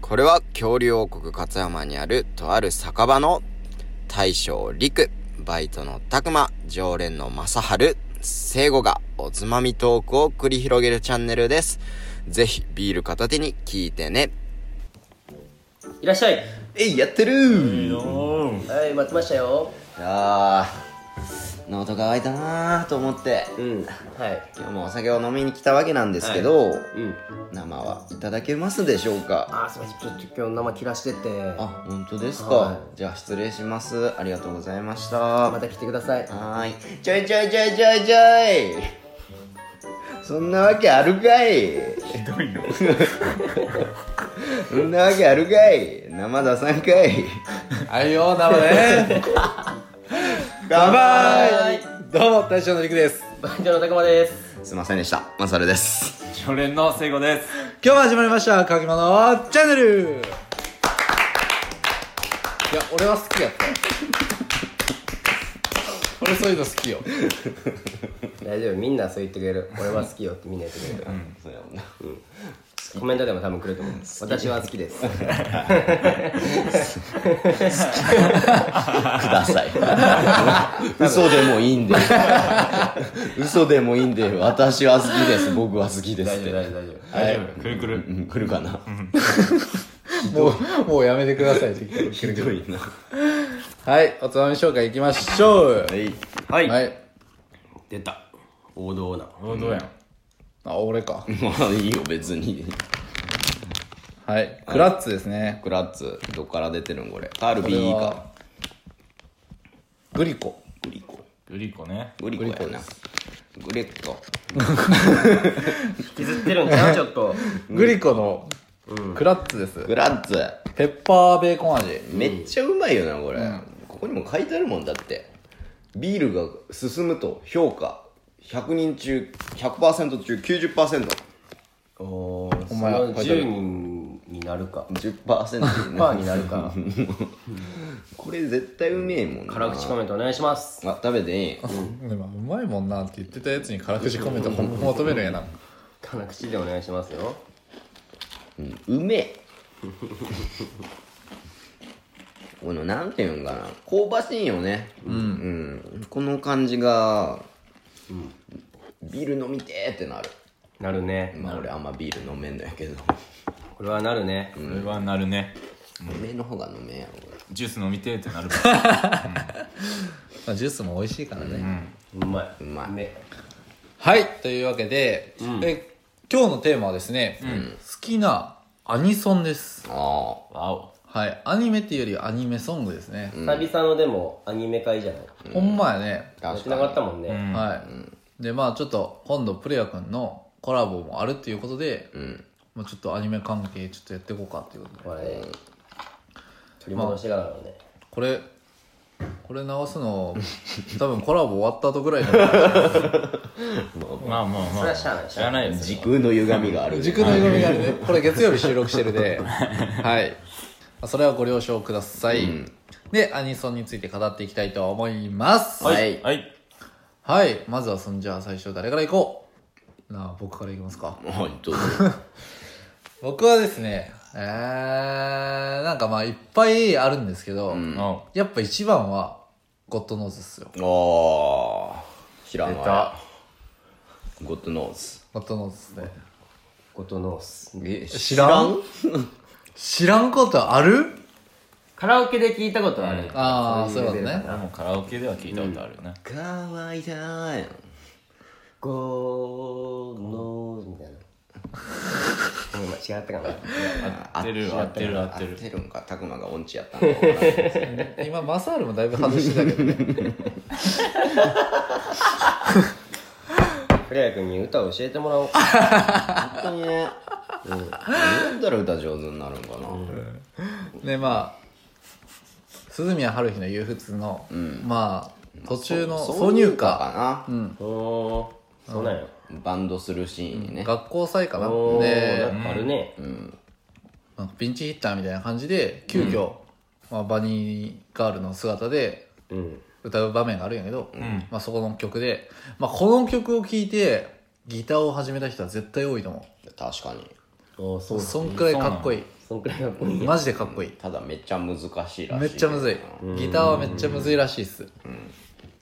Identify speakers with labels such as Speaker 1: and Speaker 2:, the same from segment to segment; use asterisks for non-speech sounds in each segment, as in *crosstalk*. Speaker 1: これは恐竜王国勝山にあるとある酒場の大将陸、バイトの拓馬、常連の正春、聖護がおつまみトークを繰り広げるチャンネルです。ぜひビール片手に聞いてね。
Speaker 2: いらっしゃい
Speaker 1: えい、やってるー
Speaker 2: はい待ってましたよ
Speaker 1: いやー、喉乾いたなーと思って、
Speaker 2: うんはい
Speaker 1: 今日もお酒を飲みに来たわけなんですけど、
Speaker 2: うん
Speaker 1: 生はいただけますでしょうか
Speaker 2: あーすみませんちょっと今日生切らしてて
Speaker 1: あ、本当ですか、
Speaker 2: は
Speaker 1: じゃあ失礼します。ありがとうございました。
Speaker 2: また来てください
Speaker 1: はーい。ちょいちょいちょいちょいちょいそんなわけあるかい
Speaker 3: ひどいよ
Speaker 1: そんなわけあるかい生出さんかい
Speaker 3: あいよなのね
Speaker 1: 乾
Speaker 2: 杯
Speaker 3: どうも大将のりくです
Speaker 2: バイトのたくまです
Speaker 1: すいませんでした。マサ
Speaker 3: *laughs*
Speaker 1: ルです。
Speaker 3: 常連の聖子です今日も始まりました「かきまのチャンネル」いや俺は好きやった俺そういうの好きよ
Speaker 2: 大丈夫みんなそう言ってくれ *laughs* る俺は好きよってみんな言ってくれる
Speaker 1: そうやもんな。
Speaker 2: コメントでも多分くれると思う私は好きです
Speaker 1: く
Speaker 3: *laughs*
Speaker 1: ださい。嘘でもいいんで。嘘でもいいんで。私は好きです。僕は好きです
Speaker 2: 大
Speaker 1: っ
Speaker 2: 丈
Speaker 1: て。
Speaker 2: 夫大丈夫大丈
Speaker 3: 大丈夫くるくる
Speaker 1: うん、来るかな。
Speaker 4: もう、もうやめてください。
Speaker 1: ひどいな。
Speaker 4: はい、おつまみ紹介いきましょう。
Speaker 1: はい。
Speaker 3: は
Speaker 4: はいい。
Speaker 2: 夫出た王道な
Speaker 3: どうやん
Speaker 4: あ、俺か。
Speaker 1: まあいいよ、別に。
Speaker 4: はい。クラッツですね。
Speaker 1: クラッツ、どっから出てるんこれ。カル
Speaker 4: こ
Speaker 1: ビ
Speaker 4: れ
Speaker 1: ー
Speaker 4: は
Speaker 1: か。
Speaker 4: グリコ。
Speaker 1: グリコ。
Speaker 3: グリコね
Speaker 1: グリコやな。グリコ。
Speaker 2: 引きずってるんちゃうちょっと
Speaker 4: グリコのクラッツです。
Speaker 1: グラッツ。
Speaker 4: ペッパーベーコン味。
Speaker 1: めっちゃうまいよな、これ。ここにも書いてあるもんだって。ビールが進むと評価。100人中、100%中90%。
Speaker 2: *laughs* おおそ
Speaker 4: 前
Speaker 2: の10人になるか
Speaker 1: *laughs* 10%
Speaker 2: パーになるか
Speaker 1: これ絶対うめえもんな
Speaker 2: 辛口コメントお願いします
Speaker 1: あ食べていい
Speaker 4: 今、うまいもんなって言ってたやつに辛口コメントほんま求めるんやな。
Speaker 2: 辛口でお願いしますよ
Speaker 1: うめえこのなんていうんかな香ばしいよねうん、この感じが、ビール飲みてーってなる
Speaker 2: なるね
Speaker 1: まあ俺あんまビール飲めんのやけど
Speaker 2: これはなるね
Speaker 3: これはなるね
Speaker 1: おめえの方が飲めんやろこれ
Speaker 3: ジュース飲みてーってなる
Speaker 4: まあジュースも美味しいからね。
Speaker 2: うまいう
Speaker 1: まい
Speaker 2: ね
Speaker 4: はい、というわけで、え今日のテーマはですね、好きなアニソンです。
Speaker 1: あ
Speaker 3: わお
Speaker 4: はい、アニメっていうよりアニメソングですね。
Speaker 2: 久々のでもアニメ会じゃない
Speaker 4: ほんまやね。
Speaker 1: あ
Speaker 2: やっ
Speaker 1: 確
Speaker 2: てな
Speaker 1: か
Speaker 2: かったもんね
Speaker 4: はい、でまあちょっと今度プレヤ君のコラボもあるっていうことで、まあ、ちょっとアニメ関係ちょっとやっていこうかっていうことで
Speaker 2: これ取り戻してからなのね
Speaker 4: これこれ流す *laughs* の多分コラボ終わった後ぐらいじゃない
Speaker 3: まあまあ
Speaker 2: そ
Speaker 3: ま
Speaker 2: れ
Speaker 3: あ
Speaker 2: はしゃあない
Speaker 3: 知らないよ
Speaker 1: 時空の歪みがある
Speaker 4: 軸の色味があるねこれ月曜日収録してるではいまあそれはご了承ください、でアニソンについて語っていきたいと思います
Speaker 1: は
Speaker 4: はい、
Speaker 1: い
Speaker 3: はい
Speaker 4: まずはそんじゃあ最初誰からいこうなあ僕からいきますか
Speaker 1: はいどうぞ
Speaker 4: 僕はですねえー、なんかまあいっぱいあるんですけど、
Speaker 3: あ
Speaker 4: やっぱ一番はゴッドノーズっすよ
Speaker 1: ああ知らん
Speaker 3: 出
Speaker 1: わ
Speaker 3: た
Speaker 1: ゴッドノー
Speaker 4: ゴッドノーズっすね
Speaker 2: ゴトノース
Speaker 1: ズえ
Speaker 4: 知らん知らんことある
Speaker 2: カラオケで聞いたことある
Speaker 4: *laughs* ああそういうことね
Speaker 3: 俺もカラオケでは聞いたことあるよね
Speaker 1: 乾いたやん
Speaker 2: ゴーノーみたいなごめん違ったかな
Speaker 3: 合ってる合ってる合って
Speaker 1: 合
Speaker 3: る
Speaker 1: ってるんかたくまが音痴やったんだろうな
Speaker 4: 今マサールもだいぶ外してたけどね
Speaker 2: 古谷君に歌を教えてもらおう
Speaker 1: 本当にねうん飲んだら歌上手になるんかな、
Speaker 4: でまあ鈴宮春日の憂鬱の、まあ途中の挿入歌
Speaker 1: かな、
Speaker 2: おおーそうなんや
Speaker 1: バンドするシーンにね、
Speaker 4: 学校祭かな
Speaker 2: おお
Speaker 4: で
Speaker 2: なんかあるね
Speaker 4: なんかピンチヒッターみたいな感じで急遽、まあ、バニーガールの姿で
Speaker 2: うん
Speaker 4: 歌う場面があるんやけど、まあ、そこの曲で、まあ、この曲を聴いてギターを始めた人は絶対多いと思う
Speaker 1: 確かに
Speaker 2: おそう
Speaker 4: そんくらいかっこいい
Speaker 2: そんくらいかっこいいんや
Speaker 4: マジでかっこいい
Speaker 1: ただめっちゃ難しいらしい
Speaker 4: めっちゃむずいギターはめっちゃむずいらしいっす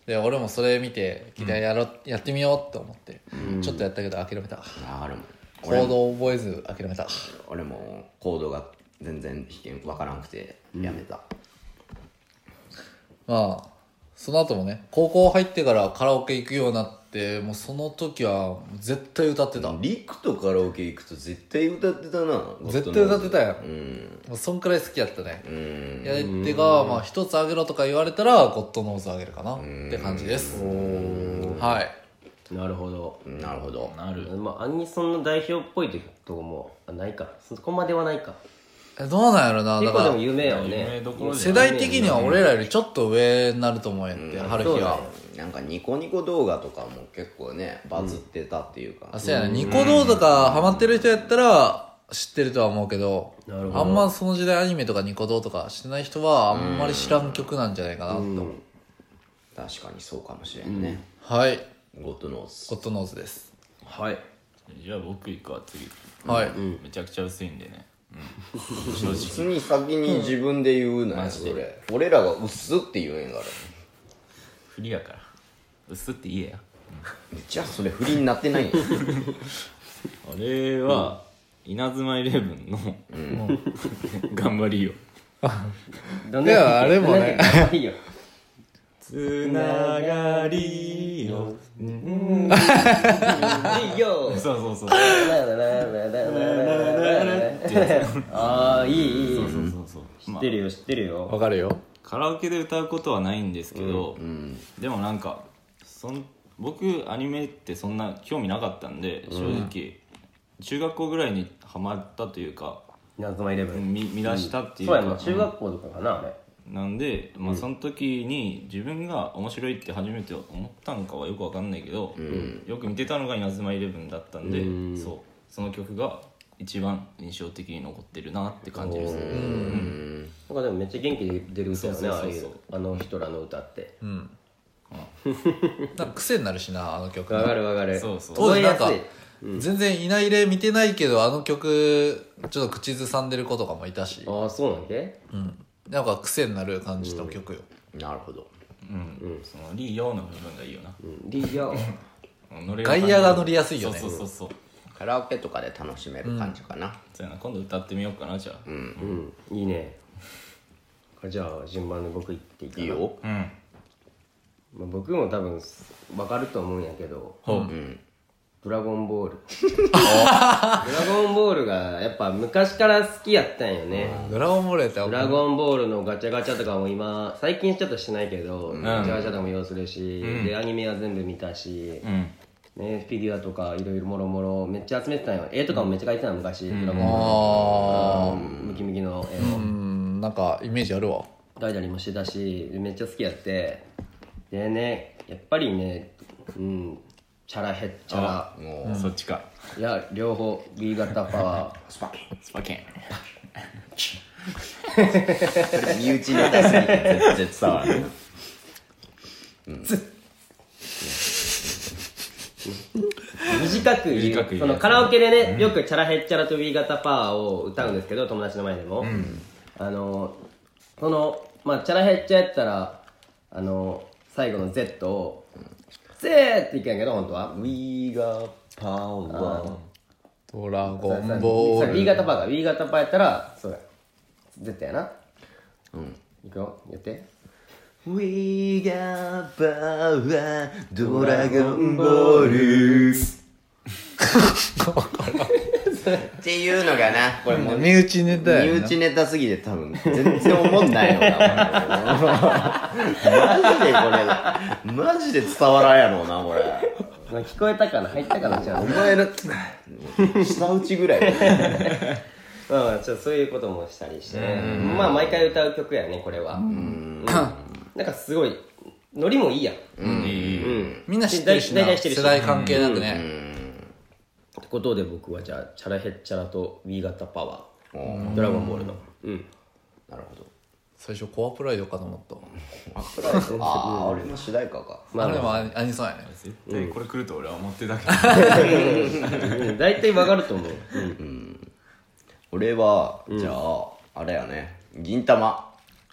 Speaker 4: で俺もそれ見てギターやろ、やってみようって思って、ちょっとやったけど諦めた
Speaker 1: あるもん
Speaker 4: コードを覚えず諦めた
Speaker 1: 俺もコードが全然弾けんわからんくてやめた、
Speaker 4: まあその後もね高校入ってからカラオケ行くようになってもうその時は絶対歌ってた、
Speaker 1: リクとカラオケ行くと絶対歌ってたな
Speaker 4: 絶対歌ってたよ、
Speaker 1: うん
Speaker 4: もうそんくらい好きやったね、
Speaker 1: うん
Speaker 4: やってが、まあ、一つあげろとか言われたらゴッドノーズあげるかなって感じですはい
Speaker 2: なるほど、
Speaker 1: なるほど
Speaker 5: なる
Speaker 2: まあアニソンの代表っぽいとこもあないかそこまではないか
Speaker 4: えどうなんやろなだ
Speaker 2: 結
Speaker 4: か
Speaker 2: 構で
Speaker 4: ら
Speaker 2: も有名やもん
Speaker 5: 有名
Speaker 2: ね
Speaker 5: どころじ
Speaker 4: 世
Speaker 5: ゃ
Speaker 4: 代的には俺らよりちょっと上になると思うんやって、春日
Speaker 2: そうだ
Speaker 4: は
Speaker 2: ね
Speaker 1: なんかニコニコ動画とかも結構ねバズってたっていうか、
Speaker 4: あそうやな、ニコ動とかハマってる人やったら知ってるとは思うけど
Speaker 2: なるほど
Speaker 4: あんまその時代アニメとかニコ動とかしてない人はあんまり知らん曲なんじゃないかなと、
Speaker 1: 確かにそうかもしれんね、
Speaker 4: はい
Speaker 1: ゴッドノーズ
Speaker 4: ゴッドノーズです
Speaker 2: はい
Speaker 5: じゃあ僕行くわ次
Speaker 4: はい、
Speaker 5: めちゃくちゃ薄いんでね
Speaker 1: 普通に先に自分で言うなよ、
Speaker 5: マジで
Speaker 1: それ俺らが「薄っ」って言うんやから
Speaker 5: フリやから薄って言えや
Speaker 1: じゃあそれ不倫になってないんや
Speaker 5: 俺は、稲妻イレブンの、 *laughs* 頑張りよ
Speaker 2: どん
Speaker 4: いやあれもね
Speaker 2: どんな人いいよ
Speaker 5: つながりよ
Speaker 2: いいよ
Speaker 5: そうそうそう
Speaker 2: ああいいいいいい
Speaker 5: そうそうそう
Speaker 2: 知
Speaker 5: ま
Speaker 2: っ
Speaker 5: あ
Speaker 2: てるよ知ってるよ
Speaker 4: わかるよ
Speaker 5: カラオケで歌うことはないんですけど、でもなんかそん僕アニメってそんな興味なかったんで正直、中学校ぐらいにハマったというか
Speaker 2: 謎のイレブン
Speaker 5: 見見出したっていう
Speaker 2: そう
Speaker 5: か、
Speaker 2: やな中学校とかかなあれ
Speaker 5: なんで、まあ、その時に自分が面白いって初めて思ったのかはよくわかんないけど、よく見てたのが「稲妻イレブン」だったんで、そうその曲が一番印象的に残ってるなって感じですね
Speaker 2: なんかでもめっちゃ元気で出る歌よね
Speaker 5: そう
Speaker 2: あ
Speaker 5: そ
Speaker 2: あ
Speaker 5: う
Speaker 2: い
Speaker 5: そう
Speaker 2: う
Speaker 5: そう
Speaker 2: あの人らの歌って
Speaker 4: なんか癖になるしなあの曲
Speaker 2: わかるわかる
Speaker 5: そうそう
Speaker 4: 当
Speaker 2: 覚え
Speaker 4: 時な
Speaker 2: や
Speaker 4: ん
Speaker 2: す
Speaker 4: か
Speaker 2: い
Speaker 4: 全然いない例見てないけどあの曲ちょっと口ずさんでる子とかもいたし、
Speaker 2: ああそうなんだけ
Speaker 4: うん、なんか癖になる感じの曲よ、
Speaker 1: なるほど
Speaker 5: うんその「リーヨー」の部分がいいよな、
Speaker 2: リア
Speaker 5: 乗れる
Speaker 4: 外野が乗りやすいよね
Speaker 5: そうそうそうそう
Speaker 1: カラオケとかで楽しめる感じかな、
Speaker 5: そうやな今度歌ってみようかなじゃあうん、
Speaker 2: うんいいねじゃあ順番で僕行っていいかない
Speaker 1: いよ
Speaker 2: まあ僕も多分わかると思うんやけどドラゴンボールドラゴンボールがやっぱ昔から好きやったんよね
Speaker 4: ドラゴンボールやったら
Speaker 2: ドラゴンボールのガチャガチャとかも今最近ちょっとしないけど、ガチャガチャとかも要するし、でアニメは全部見たし、ね、フィギュアとかいろいろもろもろめっちゃ集めてたんよ絵とかもめっちゃ描いてたの昔、ドラゴンボールのムキムキの絵を、
Speaker 4: うんなんかイメージあるわ
Speaker 2: 描いたりもしてたしめっちゃ好きやってでねやっぱりねうんチャラヘッチャラ
Speaker 1: も
Speaker 5: そっちか
Speaker 2: いや両方 B 型パワー
Speaker 1: うスパッ
Speaker 5: スパケン
Speaker 1: それ身内ネタすぎて絶対伝わる
Speaker 2: 短く言う
Speaker 5: 短く言う
Speaker 2: そのカラオケでね、よくチャラヘッチャラと B 型パワーを歌うんですけど友達の前でも、あのこの、まあ、チャラヘッチャやったらあの最後の Z を「Z」って言うんやけど本当は
Speaker 1: We got power
Speaker 4: ドラゴンボ
Speaker 2: そう
Speaker 4: ー
Speaker 2: B
Speaker 4: ル
Speaker 2: 型パーか B 型パーやったらそうや Z やなうんいくよやって
Speaker 1: We got power ドラゴンボール *laughs* っていうのがなこれもう
Speaker 4: 身内ネタ
Speaker 1: 身
Speaker 4: やな
Speaker 1: 内ネタすぎて多分全然思んないよなマジでこれマジで伝わらんやろうなこれ
Speaker 2: 聞こえたかな入ったかなじゃあ
Speaker 1: お前の下打ちぐらいだね
Speaker 2: まあまあちょっとそういうこともしたりしてねまあ毎回歌う曲やねこれはうんなんかすごいノリもいいやんうん
Speaker 4: みんな知ってるしな
Speaker 2: 大体知ってるし
Speaker 4: 世代関係なくね、
Speaker 2: ってことで僕はじゃあチャラヘッチャラと B 型パワードラゴンボールのうん
Speaker 1: なるほど
Speaker 4: 最初コアプライドかと思った
Speaker 1: ああ俺の主題歌か
Speaker 2: ま
Speaker 4: あ
Speaker 2: あ
Speaker 4: れ
Speaker 2: ま
Speaker 4: もアニアニソンやね
Speaker 5: 絶対これ来ると俺は思ってたけど
Speaker 2: あうん大体わかると思ううん
Speaker 1: 俺は、じゃあ、あれやね、銀玉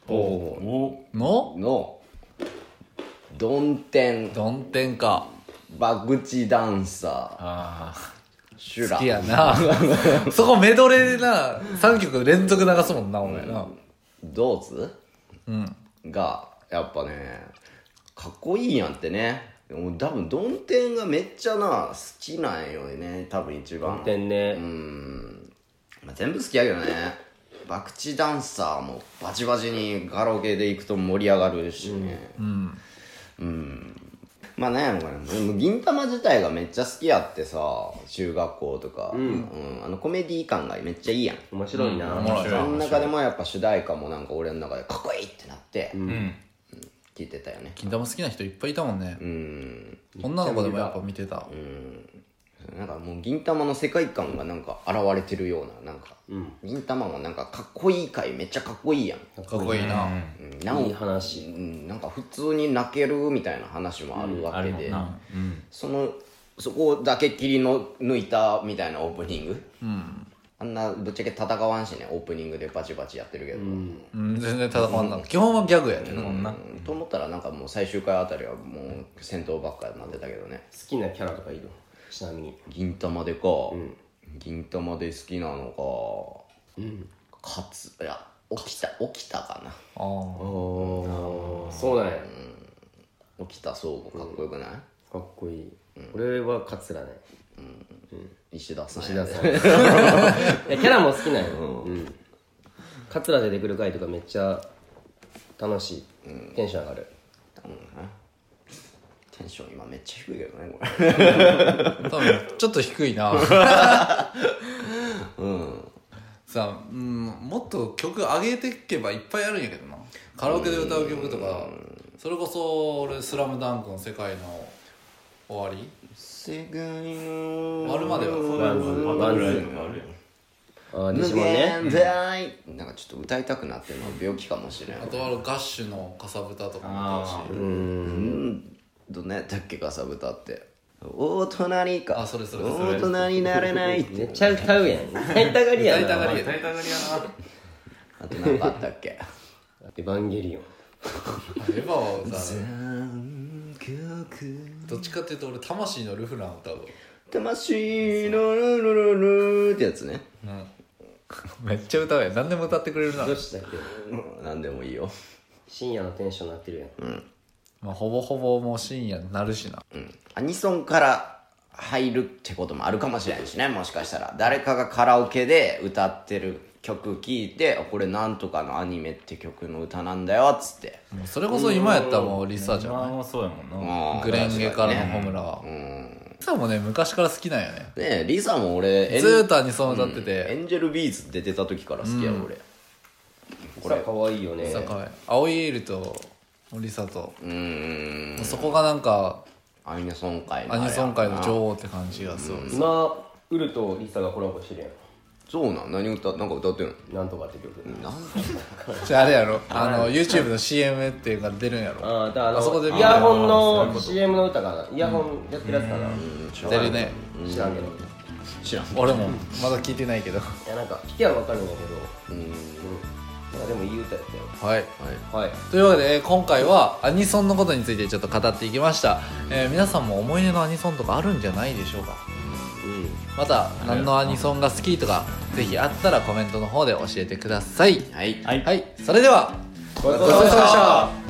Speaker 5: お
Speaker 4: の
Speaker 1: の、どん天、
Speaker 4: どんてんか。
Speaker 1: バグチダンサ
Speaker 5: あ
Speaker 1: ー、シュ
Speaker 4: 好
Speaker 1: ラ
Speaker 4: き。やな。そこメドレーでな、3曲連続流すもんな、お前な。
Speaker 1: ドーツが、やっぱね、かっこいいやんってね。俺多分、どん天がめっちゃな、好きなんよね。多分一番。
Speaker 2: 天ね
Speaker 1: まあ、全部好きやけどね。バクチダンサーもバチバチにガロゲで行くと盛り上がるしね。うん。まあなんやろうかな。でも銀玉自体がめっちゃ好きやってさ、中学校とか。うん。あのコメディ感がめっちゃいいやん。
Speaker 2: 面白いな、
Speaker 1: その中でもやっぱ主題歌もなんか俺の中でかっこいいってなって、うん聞いてたよね。
Speaker 4: 金玉好きな人いっぱいいたもんね
Speaker 1: う。ん。
Speaker 4: 女の子でもやっぱ見てた。
Speaker 1: なんかもう銀玉の世界観がなんか現れてるような、なんか。銀玉もなんかかっこいい回めっちゃかっこいいやん。
Speaker 4: かっこいいな。
Speaker 1: うんなお
Speaker 2: いい話
Speaker 1: うん、なんか普通に泣けるみたいな話もあるわけで、そのそこだけ切りの抜いたみたいなオープニング、あんなぶっちゃけ戦わんしねオープニングでバチバチやってるけど、
Speaker 4: うん、全然戦わんな。基本はギャグやね。
Speaker 1: うんと思ったらなんかもう最終回あたりはもう戦闘ばっかになってたけどね
Speaker 2: 好きなキャラとかいるちなみに
Speaker 1: 銀玉でか、銀玉で好きなのか、勝ついや起きた起きたかな
Speaker 4: ああ。
Speaker 2: おそうなんや
Speaker 1: 起きた相互かっこよくない、
Speaker 2: かっこいい俺は桂ね
Speaker 1: 石田さん
Speaker 2: 石
Speaker 1: や
Speaker 2: 田
Speaker 1: で
Speaker 2: さん *laughs* いやキャラも好きなんようん桂出てくる回とかめっちゃ楽しいテンション上がる
Speaker 1: テンション今めっちゃ低いけどねこれ
Speaker 4: 多分、ちょっと低いな。 *laughs* さあ、うん、もっと曲上げていけばいっぱいあるんやけどな。カラオケで歌う曲とか、それこそ俺、スラムダンクの世界の終わり
Speaker 1: 世界の
Speaker 4: 終わるまではそう
Speaker 2: バンズバンズああ
Speaker 1: 無
Speaker 2: 西門ね
Speaker 1: 限大なんかちょっと歌いたくなってるのは病気かもしれん
Speaker 4: あとはガッシュのかさぶたとかも歌うし。
Speaker 1: うんどんなやったっけかさぶたって大人にか
Speaker 4: あそれそれそ
Speaker 1: 大人になれないっ
Speaker 2: めってちゃ歌うやん歌いたがりやな
Speaker 4: 歌いたがりや
Speaker 5: 歌い *laughs* たがりや
Speaker 1: あと何かあったっけ
Speaker 2: エヴァンゲリオン
Speaker 4: エヴァは歌うね。どっちかっていうと俺、魂のルフラン歌うわ。
Speaker 1: 魂のルルルルってやつね
Speaker 4: めっちゃ歌うやん。何でも歌ってくれるな
Speaker 2: どう。したっけ
Speaker 1: うん何でもいいよ
Speaker 2: 深夜のテンションなってるやん
Speaker 4: まあ、ほぼほぼもう深夜になるしな。
Speaker 1: アニソンから入るってこともあるかもしれんしねもしかしたら誰かがカラオケで歌ってる曲聴いてあこれなんとかのアニメって曲の歌なんだよっつって
Speaker 4: もうそれこそ今やったらもうリサじゃ
Speaker 5: なまあ
Speaker 4: ない
Speaker 5: まあそうやもんな
Speaker 1: あー
Speaker 4: グレンゲからのホムラは。リサもね、昔から好きなんよね。
Speaker 1: ねえリサも俺エン
Speaker 4: ずーっとアニソン歌って
Speaker 1: エ
Speaker 4: て、
Speaker 1: ンジェルビーズ出てた時から好きや俺
Speaker 2: これかわいいよね
Speaker 4: さかわいい青いエールと、リサと、
Speaker 1: うーん
Speaker 4: そこがなんか、
Speaker 1: アニソン界の
Speaker 4: ア
Speaker 1: あれや
Speaker 4: ニソン界の女王って感じがすごい。
Speaker 2: 今ウルとリサがコラボしてるや
Speaker 1: そうなん何歌なんか歌ってんの
Speaker 2: んなんとかって曲
Speaker 1: なん
Speaker 4: じゃああれやろ、あの、YouTube の CM っていうか出るんやろ。
Speaker 2: ああだからあの
Speaker 4: あそこで
Speaker 2: イヤホンの CM の歌かなイヤホンやってるやつかな
Speaker 4: 出るね。
Speaker 2: 知らんけどい
Speaker 1: 知らん
Speaker 4: 俺も、まだ聞いてないけど。
Speaker 2: やなんか聞きは分かるんだけど
Speaker 1: うーん
Speaker 2: まあでもいい歌やったよ
Speaker 4: はい。
Speaker 2: はい
Speaker 4: というわけで、えー今回はアニソンのことについてちょっと語っていきました。えー皆さんも思い出のアニソンとかあるんじゃないでしょうかまた何のアニソンが好きとかぜひあったらコメントの方で教えてください
Speaker 1: はい
Speaker 5: はい
Speaker 4: はい、それでは
Speaker 2: ごちそうさまでした